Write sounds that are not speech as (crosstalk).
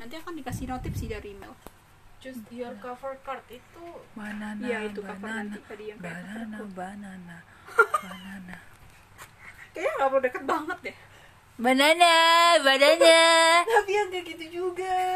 nanti akan dikasih notif sih dari email Choose your cover card itu Banana, iya itu cover banana, nanti tadi yang kayak banana, coverku. (laughs) banana, banana. kayaknya nggak perlu deket banget deh Banana, banana. tapi yang kayak gitu juga